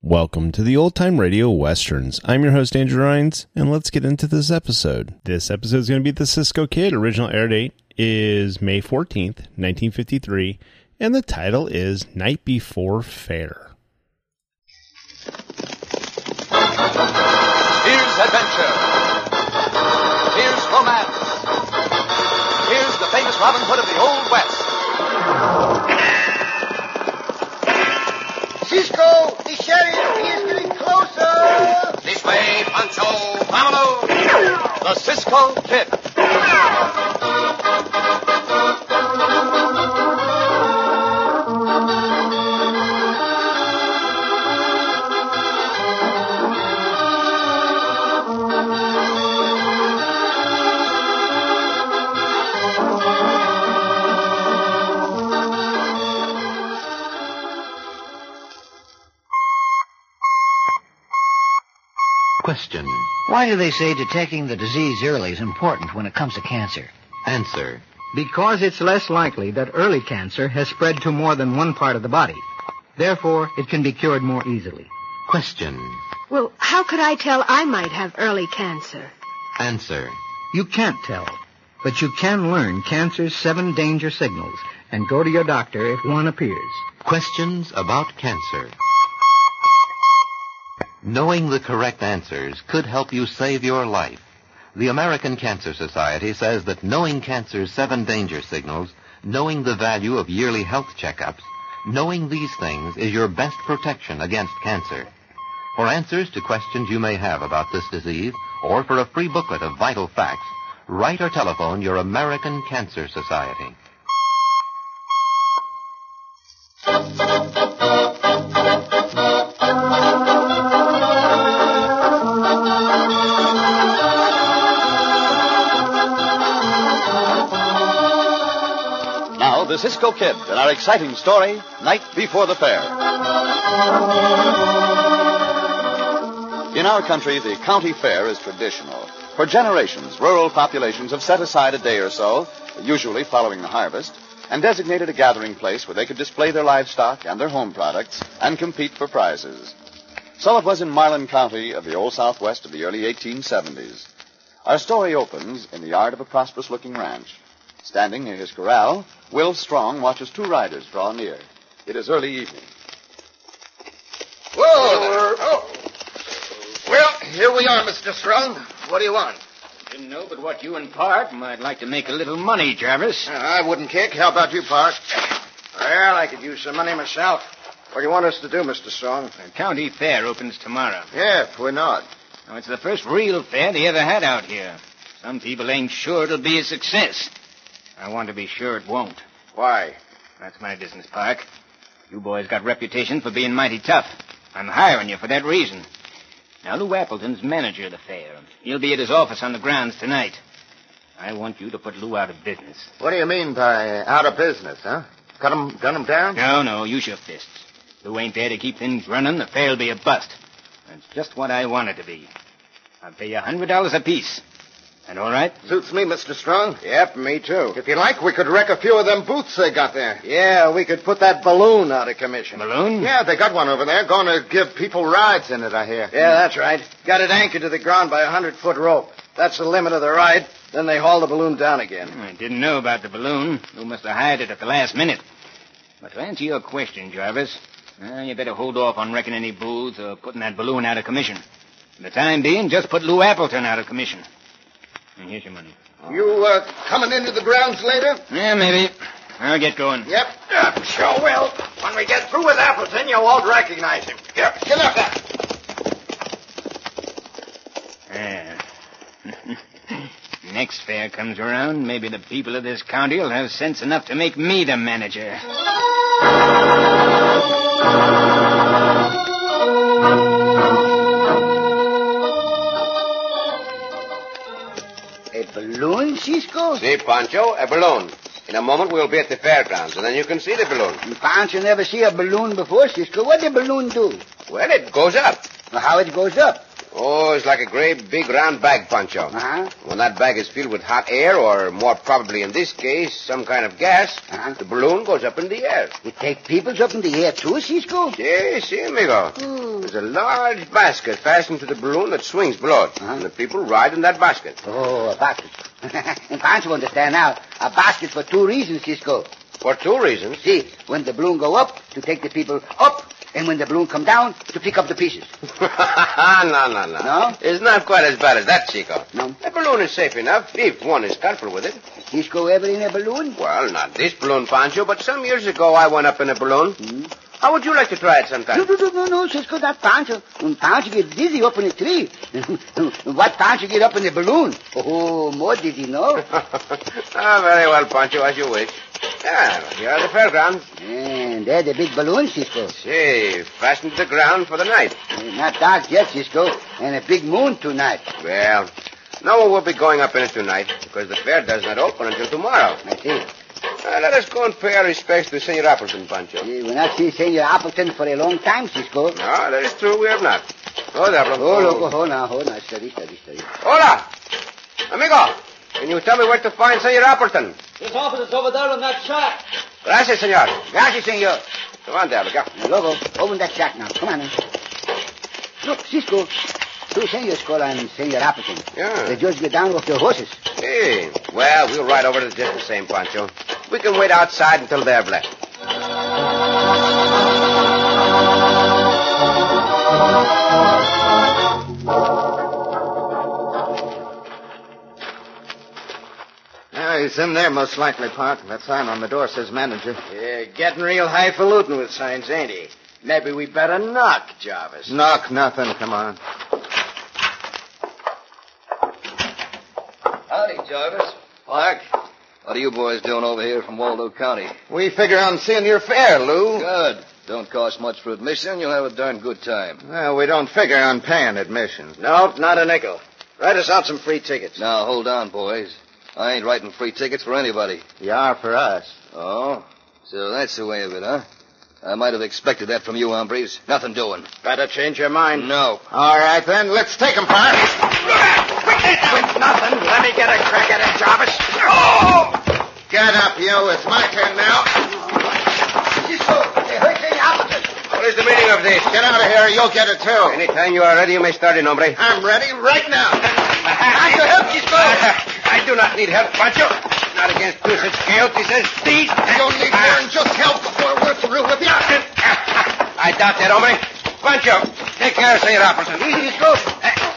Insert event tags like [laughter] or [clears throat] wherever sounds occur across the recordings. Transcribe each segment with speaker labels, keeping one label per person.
Speaker 1: Welcome to the Old Time Radio Westerns. I'm your host, Andrew Rhines, and let's get into this episode. This episode is going to be The Cisco Kid. Original air date is May 14th, 1953, and the title is Night Before Fair.
Speaker 2: Here's adventure. Here's romance. Here's the famous Robin Hood of the Old West.
Speaker 3: Cisco, the sheriff is getting closer.
Speaker 2: This way, Pancho. Pamelo. The Cisco Kid.
Speaker 4: Question.
Speaker 3: Why do they say detecting the disease early is important when it comes to cancer?
Speaker 4: Answer.
Speaker 5: Because it's less likely that early cancer has spread to more than one part of the body. Therefore, it can be cured more easily.
Speaker 4: Question.
Speaker 6: Well, how could I tell I might have early cancer?
Speaker 4: Answer.
Speaker 5: You can't tell, but you can learn cancer's seven danger signals and go to your doctor if one appears.
Speaker 4: Questions about cancer. Knowing the correct answers could help you save your life. The American Cancer Society says that knowing cancer's seven danger signals, knowing the value of yearly health checkups, knowing these things is your best protection against cancer. For answers to questions you may have about this disease, or for a free booklet of vital facts, write or telephone your American Cancer Society.
Speaker 2: Now, the Cisco Kid and our exciting story, Night Before the Fair. In our country, the county fair is traditional. For generations, rural populations have set aside a day or so, usually following the harvest, and designated a gathering place where they could display their livestock and their home products and compete for prizes. So it was in Marlin County of the Old Southwest of the early 1870s. Our story opens in the yard of a prosperous looking ranch. Standing near his corral, Will Strong watches two riders draw near. It is early evening.
Speaker 7: Whoa! Oh. Well, here we are, Mr. Strong. What do you want?
Speaker 8: Didn't know but what you and Park might like to make a little money, Jarvis.
Speaker 7: Uh, I wouldn't kick. How about you, Park? Well, I could use some money myself. What do you want us to do, Mr. Strong?
Speaker 8: The county fair opens tomorrow.
Speaker 7: Yeah, we're not.
Speaker 8: Now, it's the first real fair they ever had out here. Some people ain't sure it'll be a success. I want to be sure it won't.
Speaker 7: Why?
Speaker 8: That's my business, Park. You boys got reputation for being mighty tough. I'm hiring you for that reason. Now, Lou Appleton's manager of the fair. He'll be at his office on the grounds tonight. I want you to put Lou out of business.
Speaker 7: What do you mean by out of business, huh? Cut him, gun him down?
Speaker 8: No, no, use your fists. Lou ain't there to keep things running. The fair'll be a bust. That's just what I want it to be. I'll pay you a hundred dollars apiece. That all right?
Speaker 7: Suits me, Mr. Strong.
Speaker 8: Yep, me too.
Speaker 7: If you like, we could wreck a few of them booths they got there. Yeah, we could put that balloon out of commission.
Speaker 8: Balloon?
Speaker 7: Yeah, they got one over there. Going to give people rides in it, I hear. Yeah, that's right. Got it anchored to the ground by a hundred foot rope. That's the limit of the ride. Then they haul the balloon down again.
Speaker 8: I didn't know about the balloon. Lou must have hired it at the last minute. But to answer your question, Jarvis, uh, you better hold off on wrecking any booths or putting that balloon out of commission. For the time being, just put Lou Appleton out of commission. And here's your money.
Speaker 7: You uh, coming into the grounds later?
Speaker 8: Yeah, maybe. I'll get going.
Speaker 7: Yep. Uh, sure will. When we get through with Appleton, you won't recognize him. Yep. Get up there.
Speaker 8: Yeah. Uh, [laughs] Next fair comes around, maybe the people of this county will have sense enough to make me the manager.
Speaker 3: A balloon, Cisco?
Speaker 9: See, Pancho, a balloon. In a moment, we'll be at the fairgrounds, and then you can see the balloon.
Speaker 3: Can't you never see a balloon before, Cisco? What the balloon do?
Speaker 9: Well, it goes up.
Speaker 3: How it goes up?
Speaker 7: Oh, it's like a great big round bag, Pancho. Uh-huh. When that bag is filled with hot air, or more probably in this case, some kind of gas, the balloon goes up in the air. You take people up in the air too, Cisco? Yes, si, amigo. There's a large basket fastened to the balloon that swings below it. And the people ride in that basket.
Speaker 10: Oh, a basket. [laughs] Impossible to understand now. A basket for two reasons, Cisco.
Speaker 7: For two reasons?
Speaker 10: See, when the balloon go up, to take the people up, and when the balloon come down, to pick up the pieces.
Speaker 7: [laughs] no, no, no. No? It's not quite as bad as that, Chico. No. The balloon is safe enough if one is careful with it.
Speaker 10: Cisco ever in a balloon?
Speaker 7: Well, not this balloon, Pancho, but some years ago I went up in a balloon. How would Hmm? you like to try it sometime?
Speaker 10: No, no, no, no, no, Cisco, that Pancho. Mm, Pancho get dizzy up in the tree. [laughs] what Pancho get up in the balloon? Oh, more dizzy, no?
Speaker 7: [laughs] ah, very well, Pancho, as you wish. Ah, here are the fairgrounds.
Speaker 10: and there the big balloon, Cisco. Eh,
Speaker 7: See, fastened to the ground for the night.
Speaker 10: Not dark yet, Cisco, and a big moon tonight.
Speaker 7: Well, no one will be going up in it tonight because the fair does not open until tomorrow. I see. let us go and pay our respects to Senor Appleton, Pancho.
Speaker 10: We will not see Senor Appleton for a long time, Cisco.
Speaker 7: No, Ah, that is true. We have not. Hold up,
Speaker 10: Oh, loco, hold on, hold on. Steady, steady, steady.
Speaker 7: Hola! Amigo! Can you tell me where to find Senor Appleton?
Speaker 11: His office is over there in that shack.
Speaker 7: Gracias, senor. Gracias, senor. Come on, there, go.
Speaker 10: Logo, open that shack now. Come on. eh. Look, Cisco, two senors call on Senor Appleton.
Speaker 7: Yeah.
Speaker 10: They just get down off their horses.
Speaker 7: Hey, well, we'll ride over to just the same, Pancho. We can wait outside until they're left.
Speaker 12: Yeah, he's in there, most likely, Park. That sign on the door says manager. Yeah, getting real highfalutin with signs, ain't he? Maybe we better knock, Jarvis. Knock nothing. Come on.
Speaker 13: Howdy, Jarvis. Clark, what are you boys doing over here from Waldo County?
Speaker 12: We figure on seeing your fair, Lou.
Speaker 13: Good. Don't cost much for admission. You'll have a darn good time.
Speaker 12: Well, we don't figure on paying admission. Nope, not a nickel. Write us out some free tickets.
Speaker 13: Now, hold on, boys. I ain't writing free tickets for anybody.
Speaker 12: You are for us.
Speaker 13: Oh? So that's the way of it, huh? I might have expected that from you, hombres. Nothing doing.
Speaker 12: Better change your mind.
Speaker 13: No.
Speaker 12: All right, then. Let's take him, Park. Nothing. Let me get a crack at it, Jarvis. Oh! Get up, you. It's my turn now.
Speaker 7: What is the meaning of this?
Speaker 12: Get out of here. You'll get it, too.
Speaker 7: Anytime you are ready, you may start in, hombre.
Speaker 12: I'm ready right now.
Speaker 7: I do help, Cisco. [laughs] I do not need help, Pancho. Not against two such coyotes as these.
Speaker 12: You'll need more than just help before we're through with you.
Speaker 7: [laughs] I doubt that, hombre. Pancho, take care of Senor Appleton. Eh,
Speaker 10: Easy, Cisco.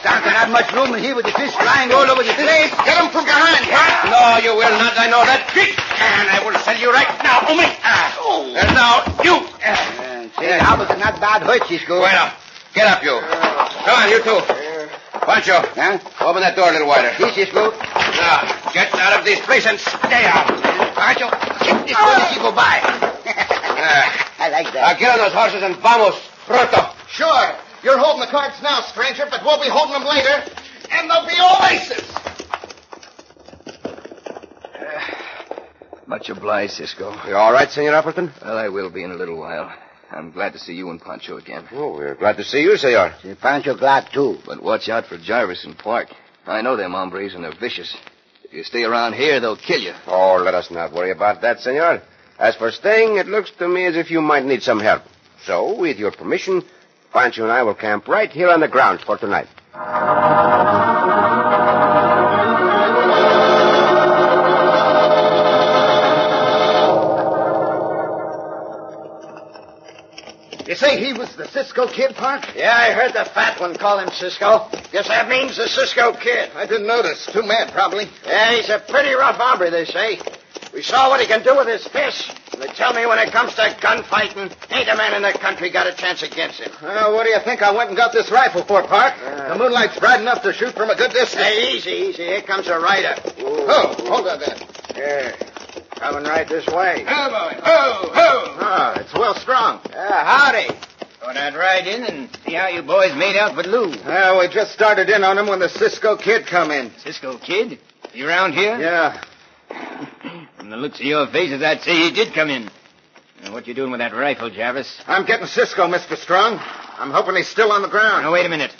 Speaker 10: Down to not much room in here with the fish flying all over the place.
Speaker 7: Get him from behind. No, you will not. I know that trick. And I will sell you right now, hombre. Ah,
Speaker 12: Oh.
Speaker 7: And now, you.
Speaker 12: Eh.
Speaker 10: Senor Appleton not bad hurt, Cisco.
Speaker 7: Bueno, get up, you. Come on, you two. Pancho, open that door a little wider.
Speaker 10: See, Cisco.
Speaker 7: Now, get out of this place and stay out. Pancho, kick this door as you go by. [laughs]
Speaker 10: I like that.
Speaker 7: Now, get on those horses and vamos, pronto.
Speaker 12: Sure. You're holding the cards now, stranger, but we'll be holding them later. And they'll be all aces.
Speaker 13: Much obliged, Cisco.
Speaker 7: You all right, Senor Appleton?
Speaker 13: Well, I will be in a little while. I'm glad to see you and Pancho again.
Speaker 7: Oh, we're glad to see you, Senor.
Speaker 10: Si, Pancho glad, too.
Speaker 13: But watch out for Jarvis and Park. I know them hombres, and they're vicious. If you stay around here, they'll kill you.
Speaker 7: Oh, let us not worry about that, Senor. As for staying, it looks to me as if you might need some help. So, with your permission, Pancho and I will camp right here on the ground for tonight.
Speaker 12: You say he was the Cisco Kid, Park? Yeah, I heard the fat one call him Cisco. Guess that means the Cisco Kid. I didn't notice. Too mad, probably. Yeah, he's a pretty rough hombre, they say. We saw what he can do with his fists. And they tell me when it comes to gunfighting, ain't a man in the country got a chance against him. what do you think I went and got this rifle for, Park? the moonlight's bright enough to shoot from a good distance. Hey, easy, easy. Here comes a rider. Oh, hold on there. Yeah. Coming right this way.
Speaker 8: Oh, oh.
Speaker 12: Ah, it's well strong.
Speaker 8: Ah, howdy. Thought I'd ride in and see how you boys made out with Lou.
Speaker 12: Well, we just started in on him when the Cisco kid come in.
Speaker 8: Cisco kid, you around here?
Speaker 12: Yeah.
Speaker 8: [laughs] From the looks of your faces, I'd say he did come in. Now, what you doing with that rifle, Jarvis?
Speaker 12: I'm getting Cisco, Mr. Strong. I'm hoping he's still on the ground.
Speaker 8: Now, wait a minute.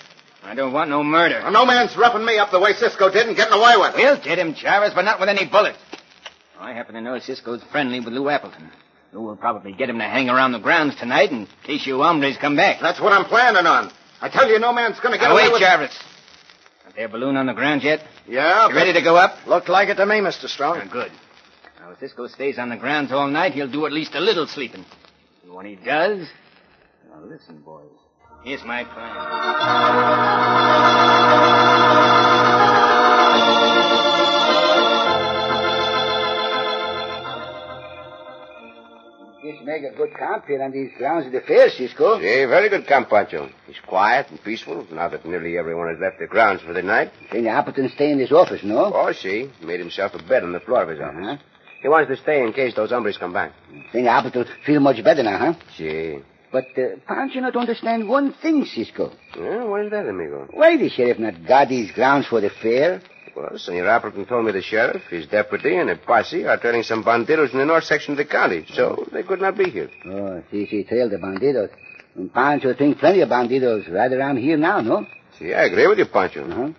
Speaker 8: I don't want no murder.
Speaker 12: no man's roughing me up the way Cisco did and getting away with it.
Speaker 8: We'll get him, Jarvis, but not with any bullets. I happen to know Cisco's friendly with Lou Appleton. Lou will probably get him to hang around the grounds tonight in case you hombres come back.
Speaker 12: That's what I'm planning on. I tell you, no man's going to get
Speaker 8: Now,
Speaker 12: away
Speaker 8: wait,
Speaker 12: with
Speaker 8: Jarvis. Is there a balloon on the ground yet?
Speaker 12: Yeah.
Speaker 8: You
Speaker 12: but-
Speaker 8: ready to go up?
Speaker 12: Looked like it to me, Mr. Strong.
Speaker 8: good. Now, if Cisco stays on the grounds all night, he'll do at least a little sleeping. And when he does... Now, listen, boys. Here's my plan.
Speaker 10: Just make a good camp here on these grounds of the fair, Cisco.
Speaker 7: Yeah, very good camp, Pancho. It's quiet and peaceful now that nearly everyone has left the grounds for the night.
Speaker 10: Senor Appleton stay in his office, no?
Speaker 7: Oh, see. Made himself a bed on the floor of his office. He wants to stay in case those hombres come back.
Speaker 10: Senor Appleton feel much better now, huh?
Speaker 7: See.
Speaker 10: But uh, Pancho not understand one thing, Cisco.
Speaker 7: Yeah, what is that, amigo?
Speaker 10: Why the sheriff not guard these grounds for the fair?
Speaker 7: Well, Senor Appleton told me the sheriff, his deputy, and a posse are trailing some bandidos in the north section of the county, so they could not be here.
Speaker 10: Oh, see, she trailed the bandidos. And Pancho think plenty of bandidos right around here now, no?
Speaker 7: See, I agree with you, Pancho.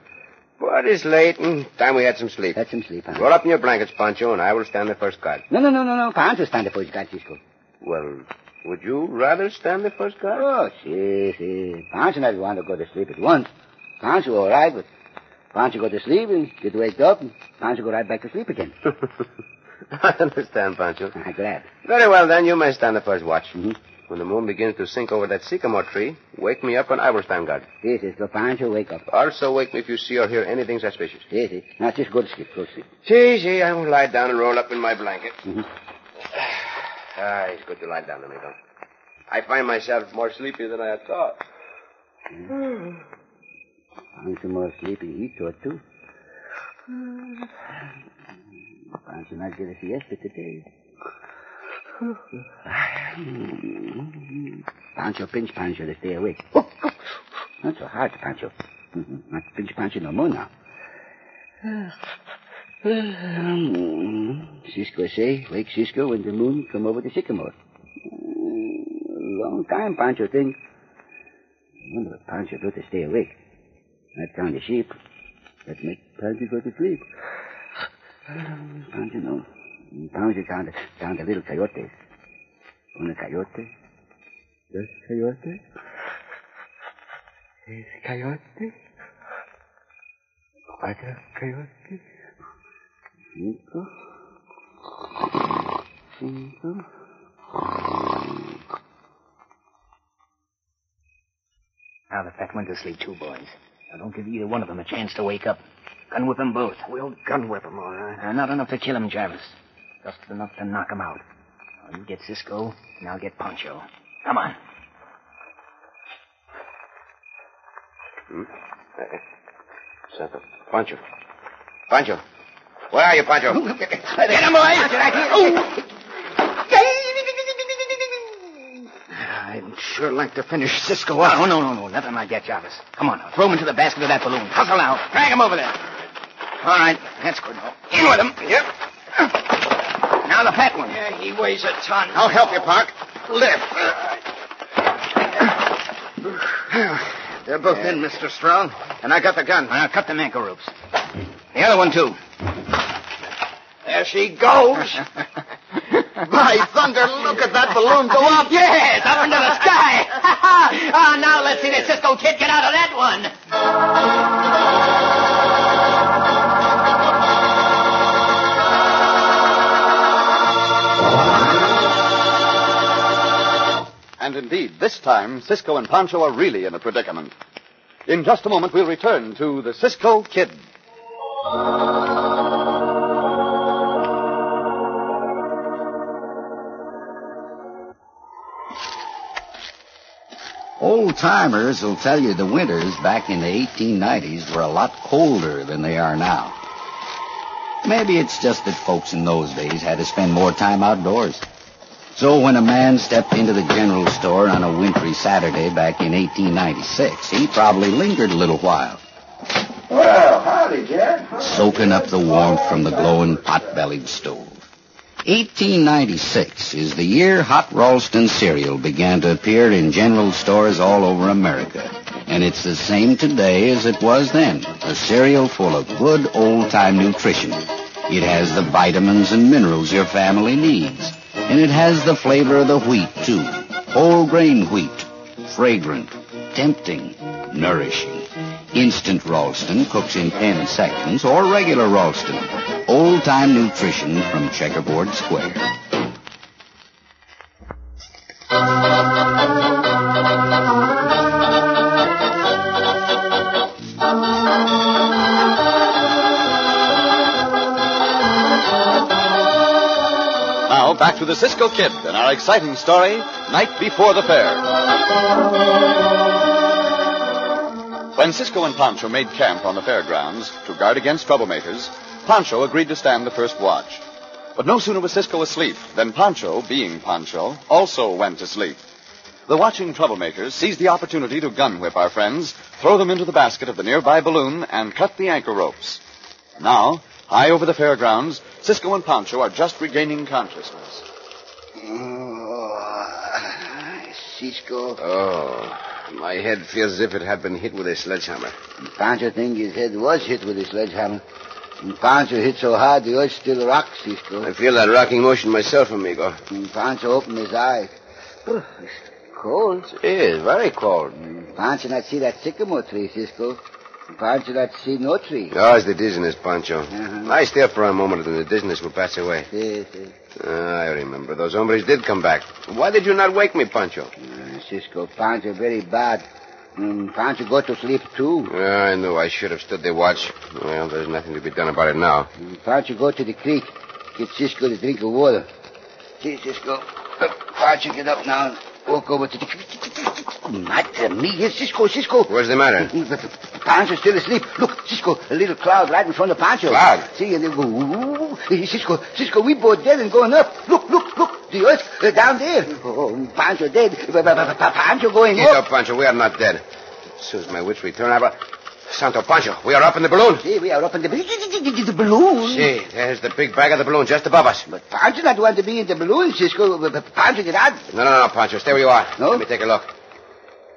Speaker 7: But it's late and time we had some sleep. Had
Speaker 10: some sleep, huh?
Speaker 7: Roll up in your blankets, Pancho, and I will stand the first guard.
Speaker 10: No, no, no, no, no. Pancho stand up for his guard, Cisco.
Speaker 7: Well, would you rather stand the first guard?
Speaker 10: Oh, see, see. Pancho not want to go to sleep at once. Pancho all right, but Pancho go to sleep and get waked up, and Pancho go right back to sleep again. [laughs]
Speaker 7: [laughs] I understand, Pancho.
Speaker 10: I'm glad.
Speaker 7: Very well, then, you may stand the first watch. When the moon begins to sink over that sycamore tree, wake me up and I will stand guard.
Speaker 10: Yes, yes, go, Pancho, wake up.
Speaker 7: Also, wake me if you see or hear anything suspicious.
Speaker 10: Yes, yes. Now, just go to sleep, go to sleep.
Speaker 7: See, see, I will lie down and roll up in my blanket. [sighs] Ah, it's good to lie down, amigo. I find myself more sleepy than I had thought.
Speaker 10: Pancho more sleepy he thought, too. Pancho not get a siesta today. Pancho, pinch Pancho to stay awake. Not so hard, Pancho. Mhm. Not pinch Pancho no more now. Cisco say, wake Cisco when the moon come over the sycamore. Mm, Long time, Pancho think. Wonder what Pancho do to stay awake. That kind of sheep that make Pancho go to sleep. Pancho know. Pancho found, found a little coyote. Una coyote. Dos coyote. Tres coyote. Cuatro coyote. Cinco. Cinco.
Speaker 8: Now, the fat went to sleep, too, boys. Now, don't give either one of them a chance to wake up. Gun whip them both. We'll gun whip them, all right. not enough to kill him, Jarvis. Just enough to knock him out. Now, you get Cisco, and I'll get Poncho. Come on.
Speaker 7: Hmm? Uh, Santo. Pancho. Pancho. Where are you, Pancho?
Speaker 12: Get him, boy!
Speaker 8: I'd sure like to finish Cisco up. No, no, no, no. Nothing like that, Jarvis. Come on now. Throw him into the basket of that balloon. Hustle now. Drag him over there. All right. That's good. Now, In with him. Yep. Now the fat one. Yeah, he weighs a ton.
Speaker 12: I'll help you, Park.
Speaker 8: Lift.
Speaker 12: They're both in, Mr. Strong. And I got the gun.
Speaker 8: Now cut the anchor ropes. The other one, too.
Speaker 12: There she goes. My thunder, look at that balloon go up.
Speaker 11: Yes, up into the sky. [laughs] Ah, now let's see the Cisco kid get out of that one.
Speaker 2: And indeed, this time, Cisco and Pancho are really in a predicament. In just a moment, we'll return to the Cisco Kid.
Speaker 14: Old timers will tell you the winters back in the 1890s were a lot colder than they are now. Maybe it's just that folks in those days had to spend more time outdoors. So when a man stepped into the general store on a wintry Saturday back in 1896, he probably lingered a little while,
Speaker 7: Well, howdy, Jack.
Speaker 14: soaking up the warmth from the glowing pot-bellied stove. 1896 is the year Hot Ralston cereal began to appear in general stores all over America. And it's the same today as it was then. A cereal full of good old-time nutrition. It has the vitamins and minerals your family needs. And it has the flavor of the wheat, too. Whole grain wheat. Fragrant, tempting, nourishing. Instant Ralston cooks in 10 seconds, or regular Ralston. Old time nutrition from Checkerboard Square.
Speaker 2: Now back to the Cisco Kid and our exciting story, Night Before the Fair. When Cisco and Pancho made camp on the fairgrounds to guard against troublemakers, Pancho agreed to stand the first watch. But no sooner was Cisco asleep than Pancho, being Pancho, also went to sleep. The watching troublemakers seized the opportunity to gun whip our friends, throw them into the basket of the nearby balloon, and cut the anchor ropes. Now, high over the fairgrounds, Cisco and Pancho are just regaining consciousness.
Speaker 10: Oh, Cisco.
Speaker 7: Oh, my head feels as if it had been hit with a sledgehammer.
Speaker 10: Pancho think his head was hit with a sledgehammer. And Pancho hit so hard the earth still rocks, Cisco.
Speaker 7: I feel that rocking motion myself, amigo.
Speaker 10: And Pancho opened his eyes. Brr, It's cold.
Speaker 7: It is very cold.
Speaker 10: Pancho not see that sycamore tree, Cisco. Pancho not see no tree. Uh-huh.
Speaker 7: Oh, it's the dizziness, Pancho. I stare for a moment and the dizziness will pass away.
Speaker 10: Yes, yes.
Speaker 7: Ah, I remember. Those hombres did come back. Why did you not wake me, Pancho?
Speaker 10: Uh, Cisco, Pancho very bad. Mm, Pancho go to sleep too.
Speaker 7: Ah, I knew I should have stood the watch. Well, there's nothing to be done about it now.
Speaker 10: Pancho go to the creek. Get Cisco to drink of water. See, Cisco. Uh, Pancho get up now and walk over to the creek. Matter me. Here, Cisco, Cisco.
Speaker 7: What's the matter?
Speaker 10: Pancho still asleep. Look, Cisco, a little cloud right in front of Pancho.
Speaker 7: Cloud?
Speaker 10: See, and they go, ooh. Hey, Cisco, Cisco, we both dead and going up. Look, look, look. The earth uh, down there. Oh, Pancho dead. Pa- pa- pa- pa- Pancho going
Speaker 7: Get
Speaker 10: up.
Speaker 7: up, Pancho. We are not dead. As soon as my wits return, I will... Santo Pancho, we are up in the balloon.
Speaker 10: See, we are up in the, the balloon.
Speaker 7: See, there's the big bag of the balloon just above us. No,
Speaker 10: Pancho not want to be in the balloon, Cisco. But- but Pancho get out.
Speaker 7: no, no, Pancho. Stay where you are. Let me take a look.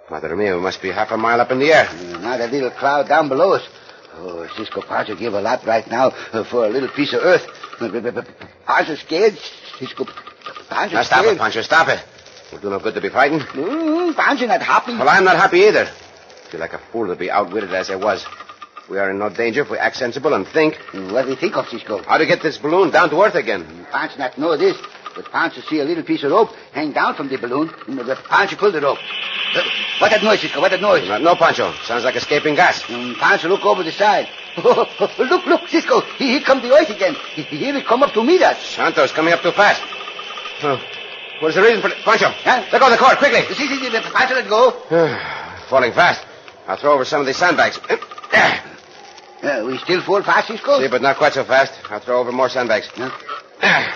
Speaker 7: Mother mia, we must be half a mile up in the air.
Speaker 10: Not a little cloud down below us. Oh, Cisco Pancho give a lot right now uh, for a little piece of earth. But- but- but- but Pancho scared. Cisco Pancho
Speaker 7: Now
Speaker 10: scared.
Speaker 7: stop it, Pancho. Stop it. It'll do no good to be frightened.
Speaker 10: Mm, Pancho not happy.
Speaker 7: Well, I'm not happy either. I feel like a fool to be outwitted as I was. We are in no danger if we act sensible and think.
Speaker 10: What do you think of, Cisco?
Speaker 7: How to get this balloon down to earth again.
Speaker 10: Pancho not know this. But Pancho see a little piece of rope hang down from the balloon. And the Pancho pull the rope. Uh, What that noise, Cisco? What that noise?
Speaker 7: No, no, Pancho. Sounds like escaping gas.
Speaker 10: Mm, Pancho look over the side. [laughs] look, look, Cisco. Here come the earth again. He will come up to meet us.
Speaker 7: Santos coming up too fast. Oh, what is the reason for it? Pancho, let go of the cord, quickly. [sighs]
Speaker 10: See, see, see, Pancho let go.
Speaker 7: Falling fast. I'll throw over some of these sandbags. [clears throat]
Speaker 10: Uh, we still fall fast, Cisco?
Speaker 7: See, but not quite so fast. I'll throw over more sandbags. [sighs] Yeah,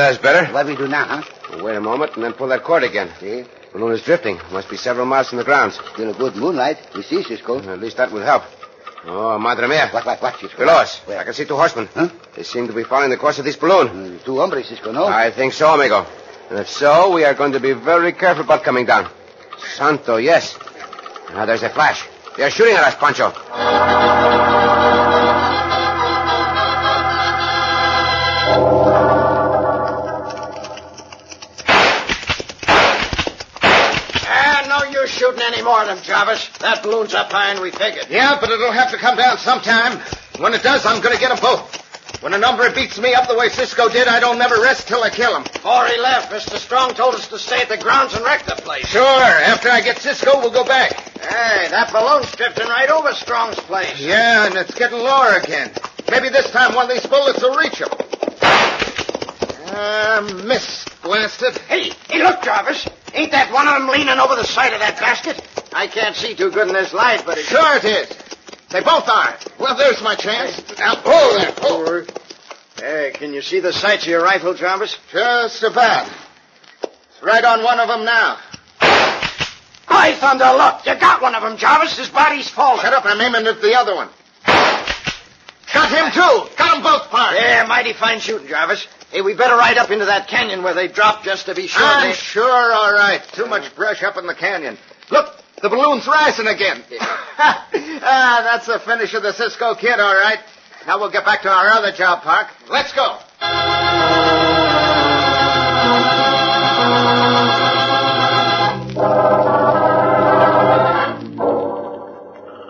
Speaker 7: that's better.
Speaker 10: What we do now, huh?
Speaker 7: Well, wait a moment and then pull that cord again. See? Balloon is drifting. Must be several miles from the ground.
Speaker 10: Still a good moonlight. We see, Cisco.
Speaker 13: Uh-huh.
Speaker 7: At least that will help. Oh, madre mia.
Speaker 10: What, what, what, Cisco?
Speaker 7: Below us. I can see two horsemen. Huh? They seem to be following the course of this balloon.
Speaker 10: Uh, Two hombres, Cisco,
Speaker 12: Oh.
Speaker 10: no?
Speaker 7: I think so, amigo. And if so, we are going to be very careful about coming down. Santo, yes. Now there's a flash. They are shooting at us, Pancho.
Speaker 12: Ah, no use shooting any more of them, Jarvis. That balloon's up higher than we figured.
Speaker 13: Yeah, but it'll have to come down sometime. When it does, I'm going to get them both. When a number beats me up the way Cisco did, I don't never rest till I kill him.
Speaker 12: Before he left, Mr. Strong told us to stay at the grounds and wreck the place.
Speaker 13: Sure, after I get Cisco, we'll go back.
Speaker 12: Hey, that balloon's drifting right over Strong's place.
Speaker 13: Yeah, and it's getting lower again. Maybe this time one of these bullets will reach him. Uh, miss, blasted.
Speaker 12: Hey, hey, look, Jarvis. Ain't that one of them leaning over the side of that basket? I can't see too good in this light, but it...
Speaker 13: Sure it is. They both are. Well, there's my chance. Now pull there. Pull.
Speaker 12: Hey, can you see the sights of your rifle, Jarvis?
Speaker 13: Just about. It's right on one of them now.
Speaker 12: By thunder, look! You got one of them, Jarvis. His body's falling.
Speaker 13: Shut up, I'm aiming at the other one.
Speaker 12: Shot! Got him, too. Got them both, Park. Yeah, mighty fine shooting, Jarvis. Hey, we better ride up into that canyon where they dropped just to be sure.
Speaker 13: I'm
Speaker 12: they-
Speaker 13: sure all right. Too much brush up in the canyon. Look, the balloon's rising again. [laughs] ah, that's the finish of the Cisco Kid, all right. Now we'll get back to our other job, Park. Let's go.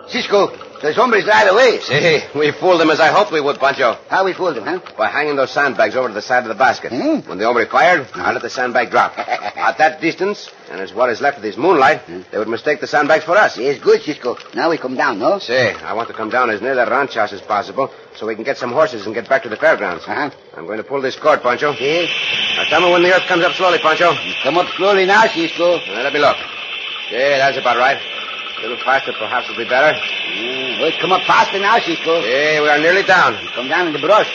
Speaker 7: Cisco, those hombres are away. See, we fooled them as I hoped we would, Pancho. How we fooled them, huh? By hanging those sandbags over to the side of the basket.
Speaker 13: Hmm?
Speaker 7: When the hombre fired, I let the sandbag
Speaker 13: [laughs]
Speaker 7: drop. At that distance, and as what is left of this moonlight,
Speaker 10: Hmm.
Speaker 7: they would mistake the sandbags for us. Yes, good, Cisco. Now we come down, no? See, I want to come down as near the ranch house as possible so we can get some horses and get back to the fairgrounds. Uh-huh. I'm going to pull this cord, Pancho. Yes. Now tell me when the earth comes up slowly, Pancho. Come up slowly now, Cisco. let me Uh, look. Yeah, that's about right. A little faster perhaps would be better.
Speaker 10: Hmm,
Speaker 7: well, come up faster now, Cisco. Yeah, we are nearly down. Come down in the brush.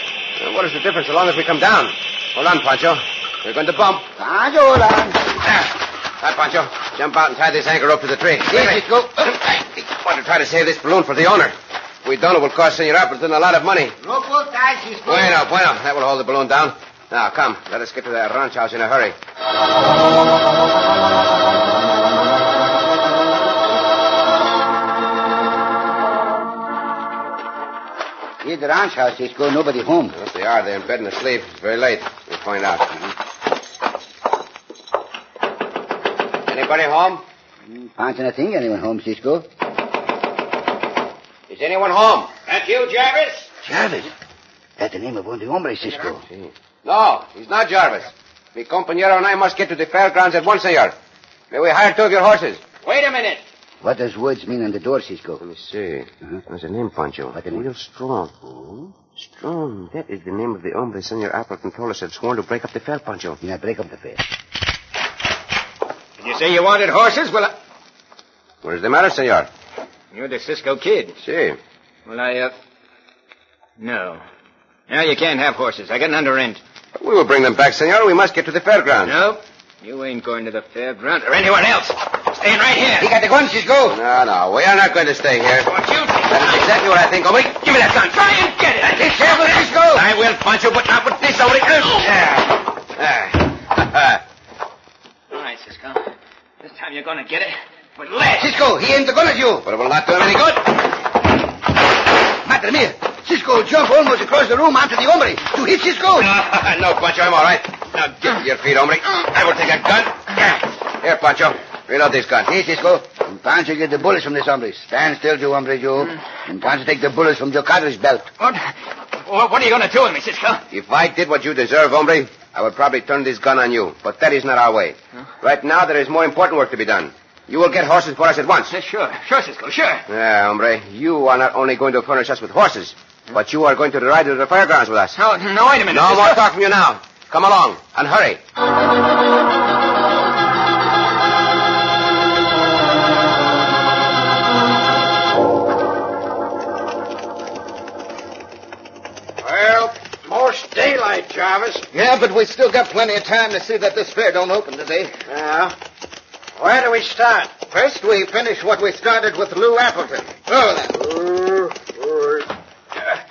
Speaker 7: what is the difference so long as we come down? Hold on, Pancho. We're going to bump. Pancho, hold on. Hi, Pancho. Jump out and tie this anchor rope to the tree. Here, Cisco. I [coughs] want to try to save this balloon for the owner. If we don't, it will cost Senor Appleton a lot of money.
Speaker 12: Rope will tie, Cisco.
Speaker 7: Bueno, bueno. That will hold the balloon down. Now, come. Let us get to the ranch house in a hurry.
Speaker 10: Here at the ranch house, Cisco, nobody home.
Speaker 7: Yes, they are. They're in bed and asleep. It's very late. We'll find out. Anybody home?
Speaker 10: Pancho, I think anyone home, Cisco.
Speaker 7: Is anyone home?
Speaker 12: That you, Jarvis?
Speaker 10: Jarvis. That's the name of one of the hombres, Cisco.
Speaker 7: Mm. No, he's not Jarvis. Mi compañero and I must get to the fairgrounds at once, senor. May we hire two of your horses?
Speaker 8: Wait a minute.
Speaker 10: What does words mean on the door, Cisco? Uh-huh.
Speaker 7: Let me see. What's the name, Pancho? What the name? Real strong. Strong. That is the name of the hombre Senor Appleton told us had sworn to break up the fair, Pancho.
Speaker 10: Yeah, break up the fair.
Speaker 8: Did you say you wanted horses? Well, I...
Speaker 7: What is the matter, senor?
Speaker 8: you're the Cisco Kid.
Speaker 7: See.
Speaker 8: Well, I, uh... No. No, you can't have horses. I got an under end.
Speaker 7: We will bring them back, senor. We must get to the fairgrounds.
Speaker 8: No, you ain't going to the fairground or anyone else. Staying right here.
Speaker 7: He got the gun, Cisco. No, no, we are not going to stay here. That is exactly what I think, Omri. Give me that gun. Try and get it. Be careful, Cisco. I will, Pancho, but not with this, Omri. Ah.
Speaker 8: All right, Cisco. This time you're going to get it. But let
Speaker 7: Cisco, he aimed the gun at you. But it will not do him any good.
Speaker 10: Madre mia! Cisco jumped almost across the room onto the hombre. You hit Cisco.
Speaker 7: [laughs] no, Pancho, I'm all right. Now get to your feet, Omri. I will take a gun. Here, Pancho. Reload this gun.
Speaker 10: Hey, Cisco. And Pancho get the bullets from this hombre. Stand still, you hombre, you.
Speaker 7: Mm.
Speaker 10: And Pancho take the bullets from your cartridge belt.
Speaker 8: What? What are you going to do with me, Cisco?
Speaker 7: If I did what you deserve, hombre, I would probably turn this gun on you. But that is not our way. Right now, there is more important work to be done. You will get horses for us at once.
Speaker 8: Sure, sure, Cisco, sure.
Speaker 7: Yeah, hombre, you are not only going to furnish us with horses, but you are going to ride to the fairgrounds with us.
Speaker 8: No, no, wait a minute.
Speaker 7: No
Speaker 8: Cisco.
Speaker 7: more talk from you now. Come along, and hurry.
Speaker 12: Well, most daylight, Jarvis.
Speaker 13: Yeah, but we still got plenty of time to see that this fair don't open today.
Speaker 12: Yeah. Where do we start?
Speaker 13: First, we finish what we started with Lou Appleton. Oh, Over there.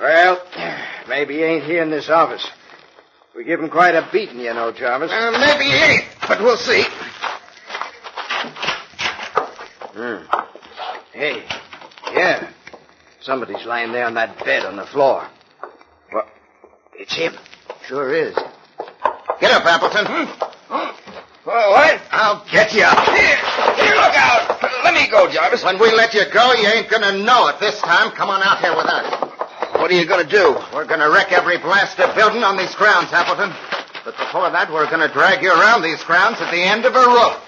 Speaker 12: Well, maybe he ain't here in this office. We give him quite a beating, you know, Jarvis.
Speaker 13: Uh, maybe he ain't, but we'll see.
Speaker 12: Hmm. Hey, yeah. Somebody's lying there on that bed on the floor. Well, it's him. Sure is.
Speaker 13: Get up, Appleton. what? I'll get you up. Here, here, look out. Let me go, Jarvis. When we let you go, you ain't gonna know it this time. Come on out here with us. What are you gonna do? We're gonna wreck every blasted building on these grounds, Appleton. But before that, we're gonna drag you around these grounds at the end of a rope.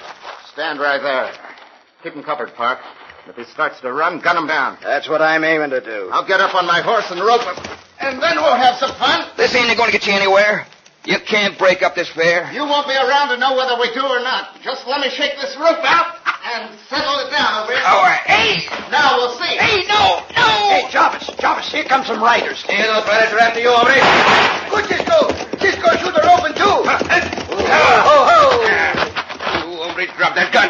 Speaker 13: Stand right there. Keep him covered, Park. If he starts to run, gun him down.
Speaker 12: That's what I'm aiming to do.
Speaker 13: I'll get up on my horse and rope him. And then we'll have some fun.
Speaker 7: This ain't going to get you anywhere. You can't break up this fair.
Speaker 13: You won't be around to know whether we do or not. Just let me shake this roof out and settle it down over here.
Speaker 12: All right.
Speaker 13: Hey! Now we'll see.
Speaker 12: Hey, no, no! Hey, Jarvis, Jarvis, here come some riders.
Speaker 7: Hey, those riders are after you, hombre.
Speaker 12: Good, Cisco. Cisco, shoot her open, too. Oh, ho, ho.
Speaker 7: You, hombre, drop that gun.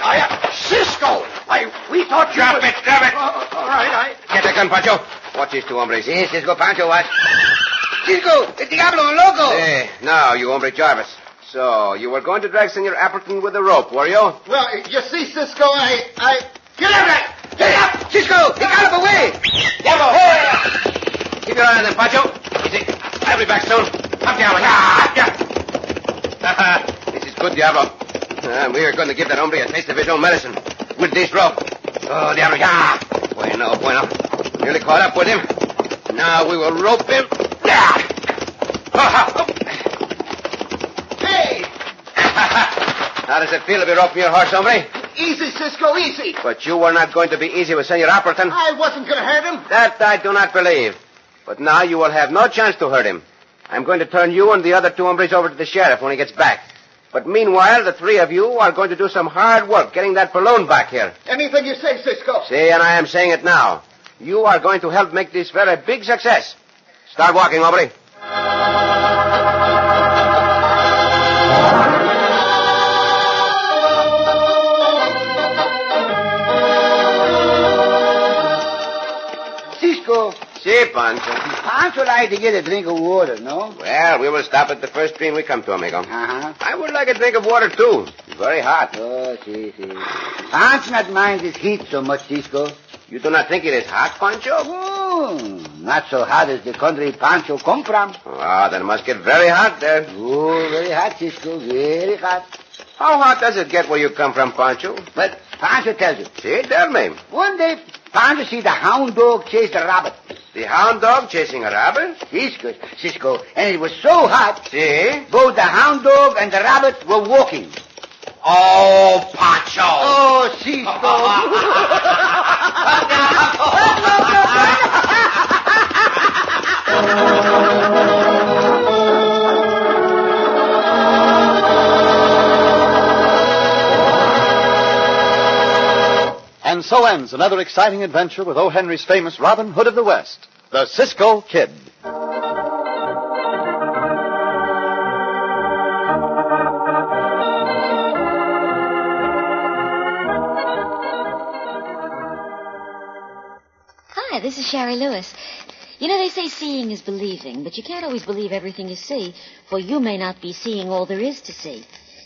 Speaker 12: Cisco, I, we thought you
Speaker 7: Drop
Speaker 12: was-
Speaker 7: it, drop it.
Speaker 12: Oh, all right, I...
Speaker 7: Get the gun, Pancho. Watch these two hombres. Yes, Cisco, Pancho, watch. Cisco, it's Diablo Loco. Hey, now, you hombre Jarvis. So, you were going to drag Senor Appleton with a rope, were you?
Speaker 13: Well, you see, Cisco, I. I.
Speaker 7: Get out of there! Get up! Cisco, he got him away! Diablo, hey! Keep your eye on them, Pancho. Easy. I'll be back soon. Come, Diablo. Ah, yeah. [laughs] this is good, Diablo. Uh, we are going to give that hombre a taste of his own medicine with this rope. Oh, Diablo, yeah. Bueno, bueno. Nearly caught up with him. Now we will rope him. Yeah. Hey! [laughs] How does it feel to be roping your horse, hombre?
Speaker 12: Easy, Cisco, easy.
Speaker 7: But you were not going to be easy with Senor Appleton.
Speaker 12: I wasn't going to hurt him.
Speaker 7: That I do not believe. But now you will have no chance to hurt him. I'm going to turn you and the other two hombres over to the sheriff when he gets back. But meanwhile, the three of you are going to do some hard work getting that balloon back here.
Speaker 12: Anything you say, Cisco.
Speaker 7: See, and I am saying it now. You are going to help make this very big success. Start walking, hombre.
Speaker 10: Cisco,
Speaker 7: See, Pancho.
Speaker 10: Pancho like to get a drink of water, no?
Speaker 7: Well, we will stop at the first stream we come to, amigo.
Speaker 10: Uh-huh.
Speaker 7: I would like a drink of water, too. It's very hot.
Speaker 10: Oh, see, see. Pancho not mind this heat so much, Cisco.
Speaker 7: You do not think it is hot, Pancho?
Speaker 10: Oh, not so hot as the country Pancho come from.
Speaker 7: Ah, then it must get very hot there.
Speaker 10: Oh, very hot, Cisco, very hot.
Speaker 7: How hot does it get where you come from, Pancho?
Speaker 10: But Pancho tells you,
Speaker 7: See, tell me.
Speaker 10: one day Pancho see the hound dog chase the rabbit.
Speaker 7: The hound dog chasing a rabbit?
Speaker 10: Cisco, Cisco, and it was so hot,
Speaker 7: See?
Speaker 10: both the hound dog and the rabbit were walking.
Speaker 7: Oh, Pancho.
Speaker 10: Oh, Cisco.
Speaker 2: And so ends another exciting adventure with O. Henry's famous Robin Hood of the West, the Cisco Kid.
Speaker 15: Hi, this is Sherry Lewis. You know, they say seeing is believing, but you can't always believe everything you see, for you may not be seeing all there is to see.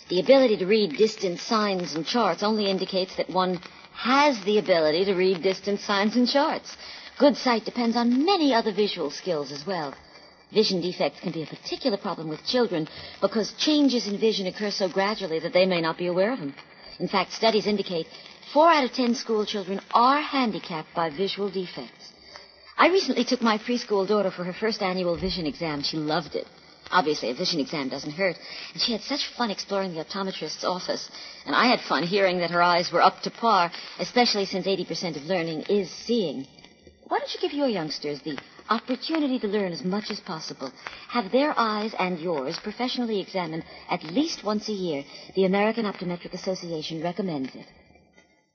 Speaker 15: The ability to read distant signs and charts only indicates that one has the ability to read distant signs and charts. Good sight depends on many other visual skills as well. Vision defects can be a particular problem with children because changes in vision occur so gradually that they may not be aware of them. In fact, studies indicate four out of ten school children are handicapped by visual defects. I recently took my preschool daughter for her first annual vision exam. She loved it. Obviously, a vision exam doesn't hurt. And she had such fun exploring the optometrist's office. And I had fun hearing that her eyes were up to par, especially since 80% of learning is seeing. Why don't you give your youngsters the opportunity to learn as much as possible? Have their eyes and yours professionally examined at least once a year. The American Optometric Association recommends it.